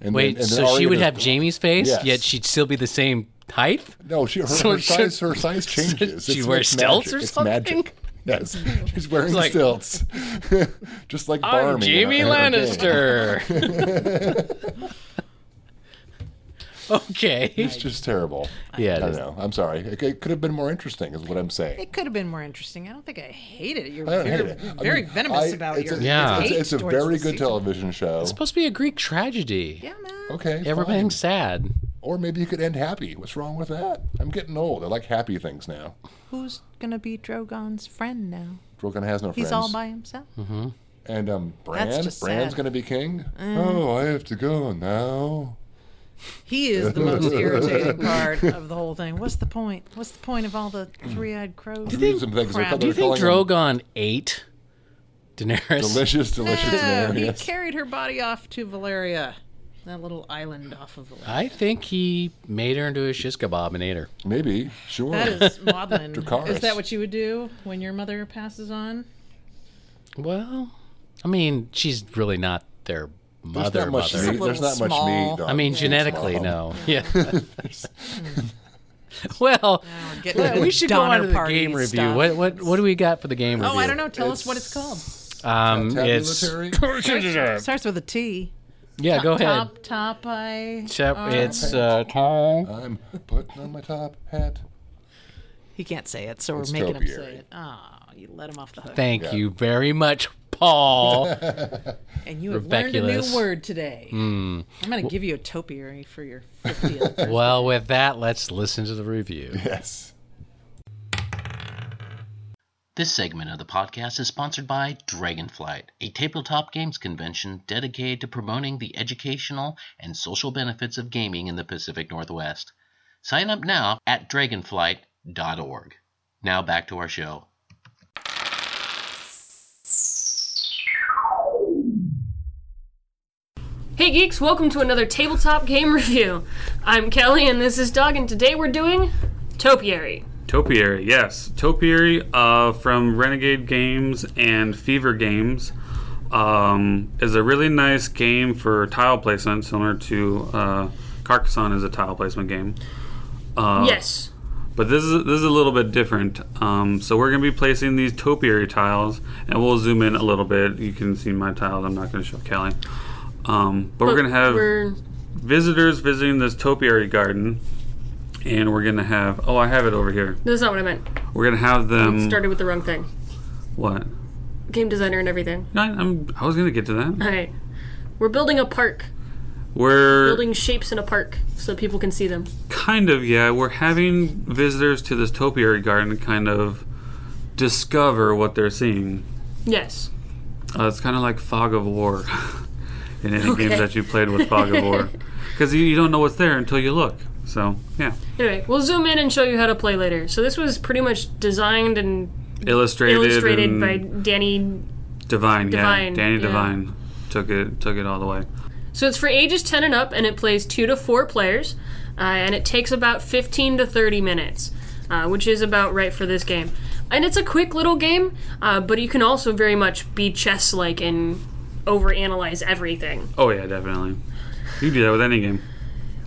B: And
E: Wait,
B: then- and then
E: so she
B: Arya
E: would
B: just-
E: have Jamie's face,
B: Yes.
E: yet she'd still be the same height?
B: No, she her,
E: So
B: her
E: she-
B: size her size changes.
E: she
B: It's-
E: wears
B: it's
E: stilts
B: magic.
E: or
B: it's
E: something?
B: Magic. Yes, she's wearing
E: like-
B: stilts, just like Barney.
E: I'm
B: in
E: Jamie
B: her- in her game.
E: Lannister. okay.
B: It's just terrible.
E: Yeah, it
B: I
E: is.
B: know. I'm sorry. It, it could have been more interesting, is what I'm saying.
D: It could have been more interesting. I don't think I hate it. You're
B: I don't
D: very,
B: hate it. I mean,
D: very venomous
B: I-
D: about
B: it's
D: your
B: a,
E: Yeah.
B: It's,
D: hate
B: it's a
D: towards
B: very
D: the
B: good
D: season.
B: television show.
E: It's supposed to be a Greek tragedy.
D: Yeah, man.
B: Okay.
E: Everything's
B: fine.
E: sad.
B: Or maybe you could end happy. What's wrong with that? I'm getting old. I like happy things now.
D: Who's gonna be Drogon's friend now?
B: Drogon has no friends.
D: He's all by himself.
B: And um, Bran,
D: just
B: Bran's
D: sad. Mm.
B: going to be king. Oh, I have to go now.
D: He is the most irritating part of the whole thing. What's the point? What's the point of all the three-eyed crows?
B: Do you think- things like
D: crap?
B: that
E: Do you think
B: They're calling
E: Drogon ate Daenerys?
B: Delicious, delicious
D: No, uh, he
B: Daenerys.
D: carried her body off to Valeria, that little island off of Valeria.
E: I think he made her into a shish kebab and ate her.
B: Maybe, sure.
D: That is maudlin.
B: Dracarys.
D: Is that what you would do when your mother passes on?
E: Well, I mean, she's really not their
B: There's
E: mother.
B: not much
E: mother.
B: meat. There's
D: little
B: not much
D: small.
B: meat. dog.
E: I mean,
B: It's
E: genetically,
B: small.
E: no. Yeah. well,
D: we're getting
E: well,
D: into
E: we
D: the
E: should go on
D: Donner
E: to the
D: Party
E: game review.
D: stuff.
E: What what what do we got for the game
D: Oh,
E: review?
D: I don't know. Tell us what it's called.
E: Um, it's
B: Tabulatory?
E: uh,
D: Starts with a T.
E: yeah. Go ahead.
D: Top, top, I.
E: Chap- It's uh, Tom.
B: I'm putting on my top hat.
D: He can't say it, so we're
B: It's
D: making him
B: topiary.
D: say it. Ah, you let him off the hook.
E: Thank you very much, Paul.
D: and you have learned a
E: Rebeculous.
D: new word today.
E: Hmm.
D: I'm going to give you a topiary for your 50th.
E: well, with that, let's listen to the review.
B: Yes.
I: This segment of the podcast is sponsored by Dragonflight, a tabletop games convention dedicated to promoting the educational and social benefits of gaming in the Pacific Northwest. Sign up now at dragonflight.org. Now back to our show.
G: Hey geeks, welcome to another tabletop game review. I'm Kelly and this is Doug, and today we're doing Topiary.
J: Topiary, yes. Topiary uh, from Renegade Games and Fever Games um, is a really nice game for tile placement, similar to uh, Carcassonne is a tile placement game. Uh,
G: yes.
J: But this is this is a little bit different. Um, so we're going to be placing these topiary tiles, and we'll zoom in a little bit. You can see my tiles. I'm not going to show Kelly. Um, but, we're going to have
G: Oh, We're,
J: visitors visiting this topiary garden, and we're going to have. Oh, I have it over here.
G: that's not what I meant.
J: We're gonna have them.
G: Started with the wrong thing.
J: What?
G: Game designer and everything.
J: No, I'm, I was gonna get to that.
G: Alright. We're building a park.
J: We're
G: Building shapes in a park so people can see them.
J: kind of yeah. We're having visitors to this topiary garden kind of discover what they're seeing.
G: Yes.
J: Uh, it's kind of like fog of war in any
G: Okay.
J: games that you played with fog of war, because you, you don't know what's there until you look. So yeah,
G: Anyway, we'll zoom in and show you how to play later. So this was pretty much designed and
J: illustrated,
G: illustrated
J: and
G: by Danny.
J: Divine.
G: Divine,
J: yeah, Danny
G: yeah.
J: Divine took it took it all the way.
G: So it's for ages 10 and up, and it plays two to four players, uh, and it takes about 15 to 30 minutes, uh, which is about right for this game. And it's a quick little game, uh, but you can also very much be chess-like and overanalyze everything.
J: Oh yeah, definitely. You can do that with any game.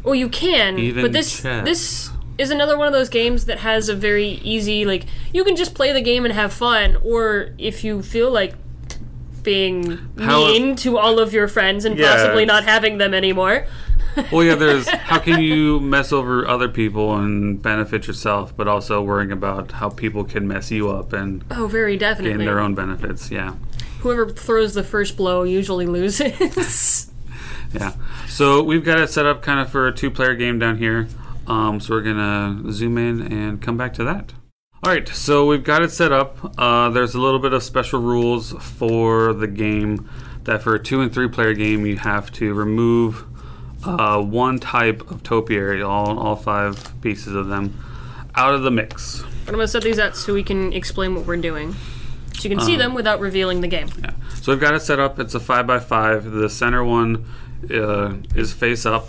G: Well, you can,
J: Even
G: but this
J: chess.
G: this is another one of those games that has a very easy like you can just play the game and have fun, or if you feel like being
J: How-
G: mean to all of your friends and
J: Yeah,
G: possibly not
J: it's-
G: having them anymore.
J: Well, yeah, there's how can you mess over other people and benefit yourself, but also worrying about how people can mess you up and
G: Oh, very
J: gain
G: definitely.
J: their own benefits. Yeah.
G: Whoever throws the first blow usually loses.
J: Yeah. So we've got it set up kind of for a two player game down here. Um, so we're going to zoom in and come back to that. All right. So we've got it set up. Uh, there's a little bit of special rules for the game that for a two and three player game, you have to remove uh, one type of topiary, all, all five pieces of them, out of the mix.
G: I'm gonna set these out so we can explain what we're doing. So you can see them without revealing the game.
J: So we've got it set up. It's a five by five. The center one uh, is face up,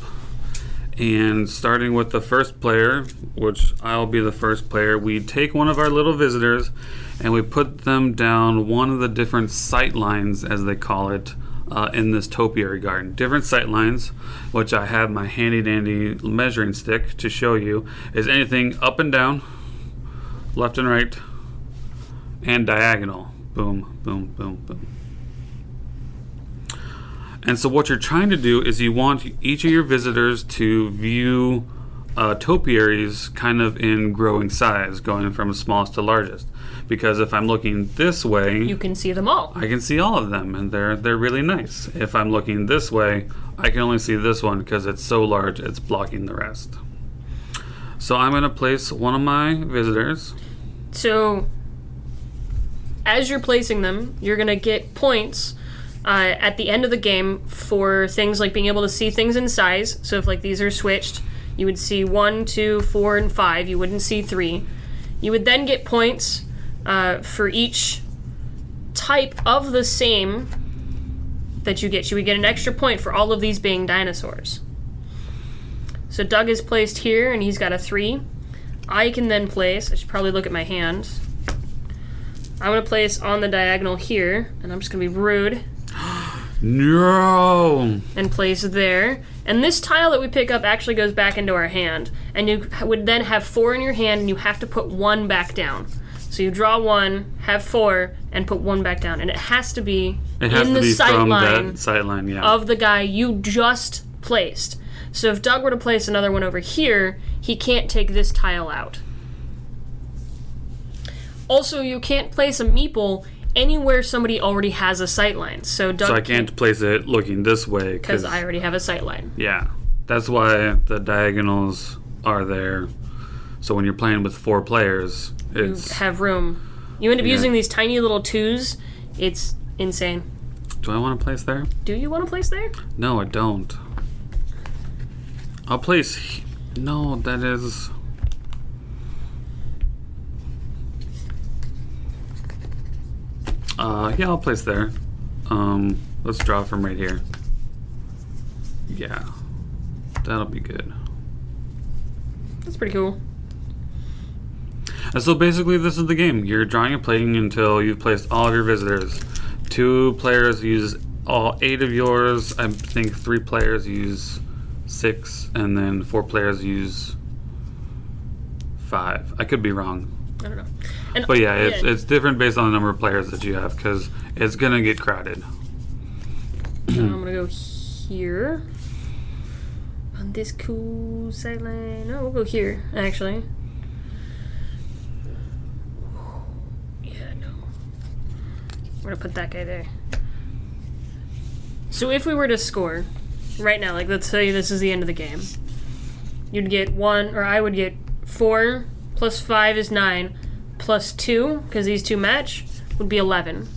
J: and starting with the first player, which I'll be the first player, we take one of our little visitors, and we put them down one of the different sight lines, as they call it. Uh, in this topiary garden, different sight lines, which I have my handy dandy measuring stick to show you, is anything up and down, left and right, and diagonal. Boom, boom, boom, boom. And so, what you're trying to do is you want each of your visitors to view uh, topiaries kind of in growing size, going from smallest to largest. Because if I'm looking this way,
G: You can see them all.
J: I can see all of them, and they're they're really nice. If I'm looking this way, I can only see this one because it's so large, it's blocking the rest. So I'm gonna place one of my visitors.
G: So, as you're placing them, you're gonna get points
J: uh, at the end of the game for things like being able to see things in size. So if like these are switched, you would see one, two, four, and five. You wouldn't see three. You would then get points uh, for each type of the same that you get. You would get an extra point for all of these being dinosaurs. So Doug is placed here, and he's got a three. I can then place. I should probably look at my hand. I'm gonna place on the diagonal here, and I'm just gonna be rude
I: No.
J: and place there. And this tile that we pick up actually goes back into our hand, and you would then have four in your hand, and you have to put one back down. So you draw one, have four, and put one back down, and it has to be
I: It has
J: in
I: to
J: the
I: be
J: sight
I: from
J: line
I: that sight line, yeah.
J: of the guy you just placed. So if Doug were to place another one over here, he can't take this tile out. Also, you can't place a meeple anywhere somebody already has a sight line. So Doug,
I: so I can't place it looking this way
J: because I already have a sight line.
I: Yeah, that's why the diagonals are there. So when you're playing with four players,
J: You
I: it's
J: have room. You end up
I: Yeah.
J: using these tiny little twos. It's insane.
I: do I want to place there?
J: Do you want to place there?
I: No, I don't. I'll place. he- No, that is. Uh, yeah, I'll place there. Um, let's draw from right here. Yeah, that'll be good.
J: That's pretty cool.
I: And so basically, this is the game. You're drawing and playing until you've placed all of your visitors. Two players use all eight of yours. I think three players use six, and then four players use five. I could be wrong.
J: I don't know. And
I: But yeah, it's, it's different based on the number of players that you have because it's going to get crowded.
J: I'm gonna go here on this cool sideline. No, we'll go here actually. Yeah, no. We're gonna put that guy there. So if we were to score right now, like let's say this is the end of the game, you'd get one, or I would get four plus five is nine, plus two because these two match would be eleven.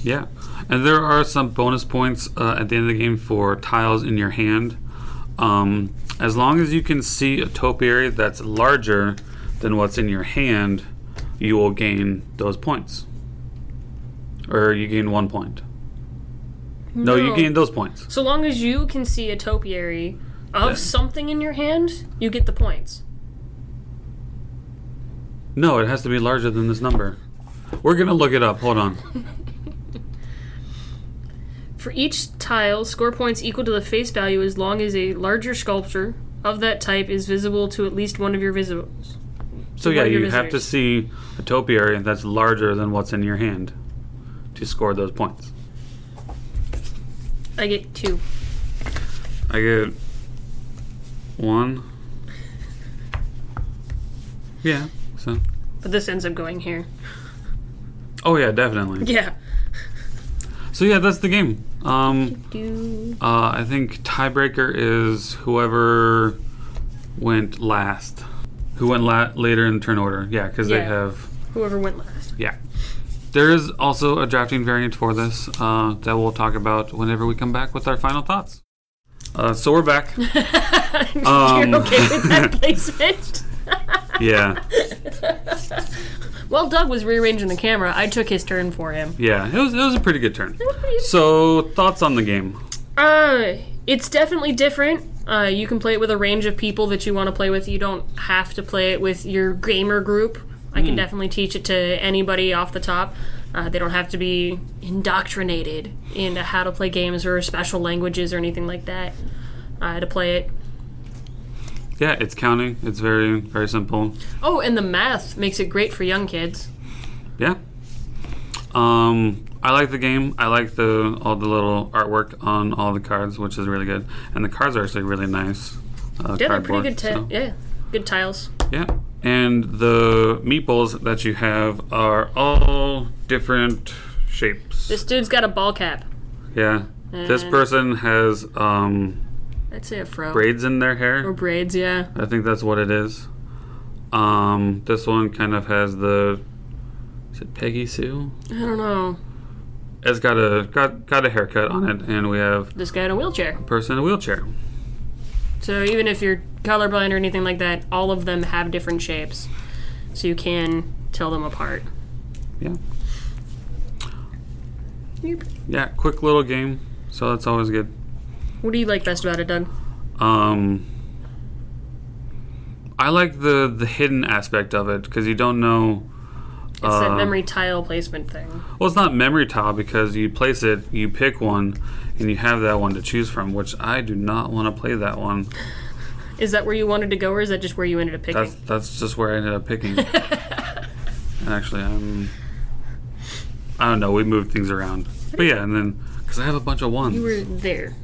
I: Yeah, and there are some bonus points uh, at the end of the game for tiles in your hand. Um, as long as you can see a topiary that's larger than what's in your hand, you will gain those points. Or you gain one point. No, you
J: No.
I: gain those points.
J: So long as you can see a topiary of
I: Yeah.
J: something in your hand, you get the points.
I: No, it has to be larger than this number. We're gonna look it up. Hold on.
J: For each tile, score points equal to the face value as long as a larger sculpture of that type is visible to at least one of your visibles.
I: So
J: What
I: yeah,
J: are your
I: you have to
J: visitors?
I: see a topiary that's larger than what's in your hand to score those points.
J: I get two.
I: I get one. Yeah. So.
J: But this ends up going here.
I: Oh yeah, definitely.
J: Yeah.
I: So yeah, that's the game. Um,
J: Do.
I: uh, I think tiebreaker is whoever went last, who went la- later in turn order. Yeah, because they
J: Yeah.
I: have.
J: Whoever went last.
I: Yeah. There is also a drafting variant for this uh, that we'll talk about whenever we come back with our final thoughts. Uh, so we're back. Um,
J: You're okay with that placement?
I: yeah,
J: While Doug was rearranging the camera, I took his turn for him.
I: yeah. It was it was a pretty good turn. So thoughts on the game?
J: Uh, it's definitely different. Uh, you can play it with a range of people that you want to play with. You don't have to play it with your gamer group. I can
F: Hmm.
J: definitely teach it to anybody off the top. Uh, they don't have to be indoctrinated into how to play games or special languages or anything like that uh, to play it.
I: Yeah, it's counting. It's very very simple.
J: Oh, and the math makes it great for young kids.
I: Yeah. Um, I like the game. I like the all the little artwork on all the cards, which is really good. And the cards are actually really nice. Uh,
J: yeah, they're
I: cardboard,
J: pretty good. T-
I: so-
J: Yeah, good tiles.
I: Yeah. And the meeples that you have are all different shapes.
J: This dude's got a ball cap.
I: Yeah. This
J: Uh.
I: person has um,
J: I'd say a fro.
I: braids in their hair.
J: Or braids, yeah.
I: I think that's what it is. Um, this one kind of has the. Is it Peggy Sue?
J: I don't know.
I: has got a got got a haircut on it, and we have
J: This guy in a wheelchair.
I: a person in a wheelchair.
J: So even if you're colorblind or anything like that, all of them have different shapes, so you can tell them apart.
I: Yeah. Yeah, quick little game. So that's always good.
J: What do you like best about it, Doug?
I: Um, I like the the hidden aspect of it because you don't know. uh,
J: It's that memory tile placement thing.
I: Well, it's not memory tile because you place it, you pick one, and you have that one to choose from. Which I do not want to play that one.
J: Is that where you wanted to go, or is that just where you ended up picking?
I: That's that's just where I ended up picking. Actually, I'm. I don't know. We moved things around, but yeah, and then because I have a bunch of ones.
J: you were there.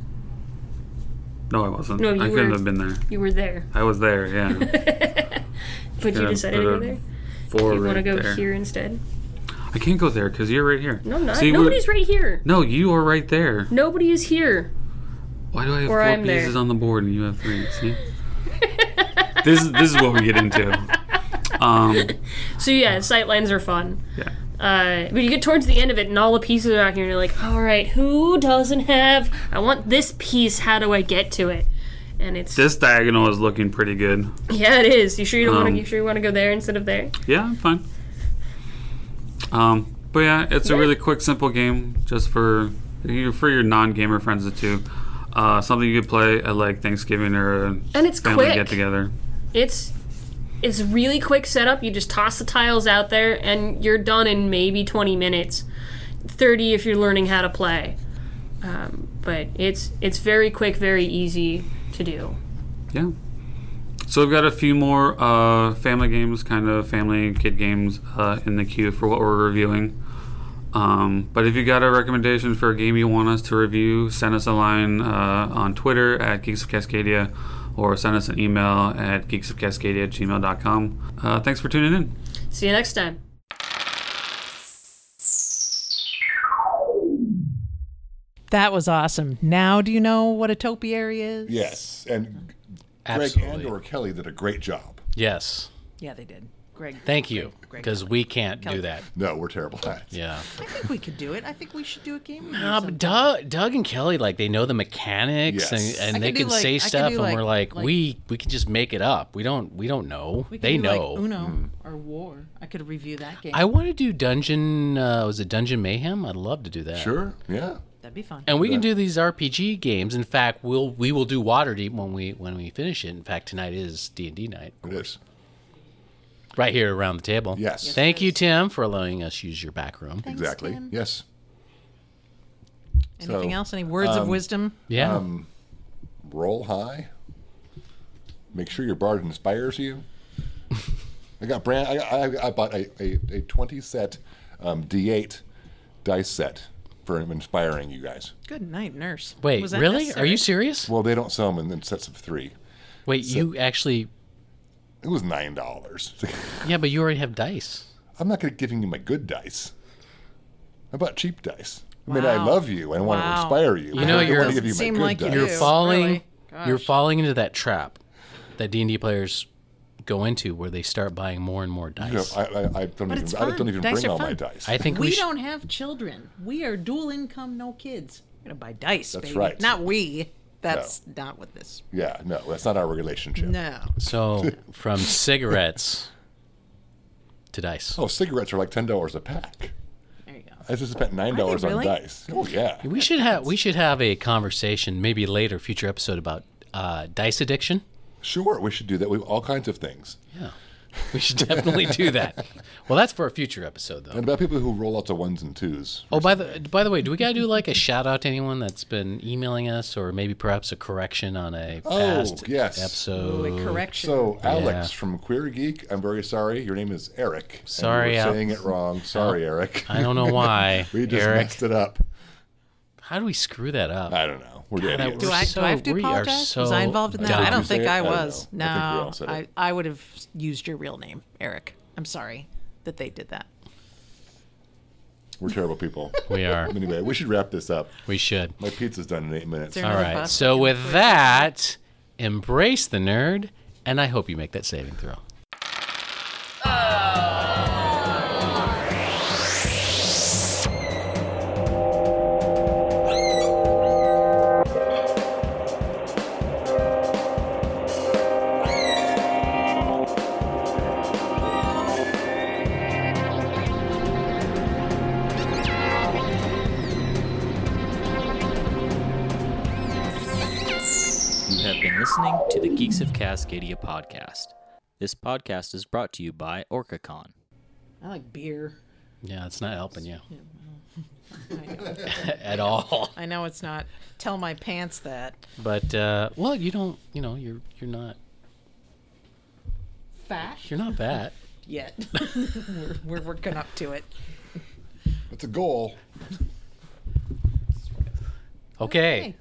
I: no, I wasn't.
J: No, you
I: I couldn't
J: were-
I: have been there.
J: You were there.
I: I was there. Yeah.
J: But you
I: Yeah,
J: decided to
I: put
J: go
I: a
J: there?
I: Four
J: you want to
I: right
J: go
I: there.
J: here instead?
I: I can't go there because you're right here.
J: No, I'm not.
I: See, we're-
J: Nobody's right here.
I: No, you are right there.
J: Nobody is here.
I: Why do I have
J: Or
I: 4
J: I'm there.
I: pieces on the board and you have three? See, this is this is what we get into. Um,
J: So yeah, sight lines are fun.
I: Yeah.
J: Uh, but you get towards the end of it, and all the pieces are out here, and you're like, all right, who doesn't have? I want this piece. How do I get to it? And it's
I: this diagonal is looking pretty good.
J: yeah, it is. You sure you don't want
I: Um,
J: to? You sure you want to go there instead of there?
I: Yeah, I'm fine. Um, but yeah, it's a really quick, simple game just for you for your non-gamer friends too. Uh, something you could play at like Thanksgiving or a
J: And it's
I: family
J: quick.
I: get together.
J: It's it's really quick setup. You just toss the tiles out there, and you're done in maybe 20 minutes, 30 if you're learning how to play. Um, but it's it's very quick, very easy to do.
I: Yeah. So we've got a few more uh, family games, kind of family kid games uh, in the queue for what we're reviewing. Um, but if you got a recommendation for a game you want us to review, send us a line uh, on Twitter at Geeks of Cascadia or send us an email at geeksofcascadia at gmail.com. Uh, thanks for tuning in.
J: See you next time.
D: That was awesome. Now do you know what a topiary is?
B: Yes, and Greg
E: Absolutely.
B: and or Kelly did a great job.
E: Yes.
D: Yeah, they did. Greg.
E: Thank you.
D: Greg
E: Because we can't do that.
B: No, we're terrible at it.
E: Yeah.
D: I think we could do it. I think we should do a game. review
E: Uh,
D: sometime.
E: but Doug, Doug and Kelly, like they know the mechanics,
B: Yes. I
E: and,
D: could
E: and they
D: do,
E: can
D: like- I
E: say
D: could
E: stuff,
D: do,
E: and
D: like-
E: we're like,
D: like-
E: we we can just make it up. We don't we don't know.
D: We could
E: they
D: do,
E: know. Hmm.
D: Like Uno or War. I could review that game.
E: I want to do dungeon. Uh, was it Dungeon Mayhem? I'd love to do that.
B: Sure. Yeah.
D: That'd be fun.
E: And we can do these RPG games. In fact, we'll we will do Waterdeep when we when we finish it. In fact, tonight is D and D night,
B: It is.
E: right here around the table.
B: Yes. Yes,
E: Thank you, Tim, for allowing us use your back room.
B: exactly.
D: Stan.
B: Yes.
D: Anything
B: so, um,
D: else? Any words of wisdom?
E: Yeah.
D: Um,
B: Roll high. Make sure your bard inspires you. I got brand. I, I, I bought a, a, a twenty set um, D8 dice set for inspiring you guys.
D: Good night, nurse.
E: Wait,
D: Was that
E: really? Are
D: necessary?
E: you serious?
B: Well, they don't sell them in, in sets of three.
E: Wait, you actually?
B: It was nine dollars.
E: Yeah, but you already have dice.
B: I'm not going to giving you my good dice. I bought cheap dice. I mean, I
D: Wow.
B: love you. and I want to
D: Wow.
B: inspire you.
E: know,
B: I
E: you're-
B: want to give you my
D: Doesn't seem
B: good
D: like you
B: dice.
E: You're
D: Ew,
E: falling.
D: really?
E: You're
D: Gosh.
E: falling into that trap that D and D players go into, where they start buying more and more dice.
B: You know, I, I, I don't
D: it's
B: even, I
D: fun.
B: don't even
D: Dice
B: bring
D: are
B: all my
D: fun.
B: dice.
E: I think we,
D: We
E: sh-
D: don't have children. We are dual income, no kids. We're gonna buy dice,
B: That's
D: baby.
B: right.
D: Not we. That's not what this.
B: yeah, no, that's not our relationship.
D: No.
E: So from cigarettes to dice.
B: Oh, cigarettes are like ten dollars a pack.
D: There you go.
B: I just spent nine dollars on
D: really?
B: dice. Oh yeah,
E: We should have we should have a conversation, maybe later, future episode about uh, dice addiction.
B: sure. We should do that. We all kinds of things.
E: Yeah, we should definitely do that. Well, that's for a future episode, though.
B: And about people who roll out to ones and twos.
E: Oh, by the by the way, do we gotta do like a shout out to anyone that's been emailing us, or maybe perhaps a correction on a
B: Oh,
E: past
B: yes.
E: episode?
D: Wait, correction.
B: So Alex
E: Yeah.
B: from Queer Geek, I'm very sorry. Your name is Eric. and
E: Sorry,
B: we're
E: Al-
B: saying it wrong. Sorry, Eric.
E: I don't know why,
B: we just
E: Eric.
B: messed it up.
E: How do we screw that up?
B: I don't know. We're
E: God, I
B: idiots.
D: do I,
E: so-
D: do I have to
E: we are
D: apologize? was
E: so
D: I involved in that?
E: dumb.
D: I don't
B: Did you
D: think
B: say it?
D: I
B: I don't
D: was.
B: know.
D: No,
B: I think we all said
D: I,
B: it.
D: I would have used your real name, Eric. I'm sorry that they did that.
B: We're terrible people.
E: We are.
B: anyway, we should wrap this up.
E: We should.
B: My pizza's done in eight minutes.
D: there
E: All
D: Another
E: right.
D: bus.
E: So with that, embrace the nerd, and I hope you make that saving throw.
C: listening to the Geeks of Cascadia podcast. This podcast is brought to you by OrcaCon.
D: I like beer.
E: Yeah, it's not helping you
D: I know.
E: at all.
D: I know it's not. Tell my pants that.
E: But uh, well, you don't. You know, you're you're not
D: Fat
E: you're not fat.
D: yet. we're, we're working up to it.
B: That's a goal.
E: Okay.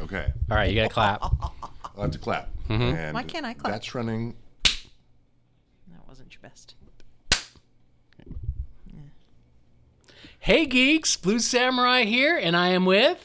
B: Okay.
E: All right, you gotta clap.
B: I'll have to clap.
E: Mhm.
B: And
D: Why can't I clap?
B: That's running.
D: That wasn't your best.
E: Hey, geeks! Blue Samurai here, and I am with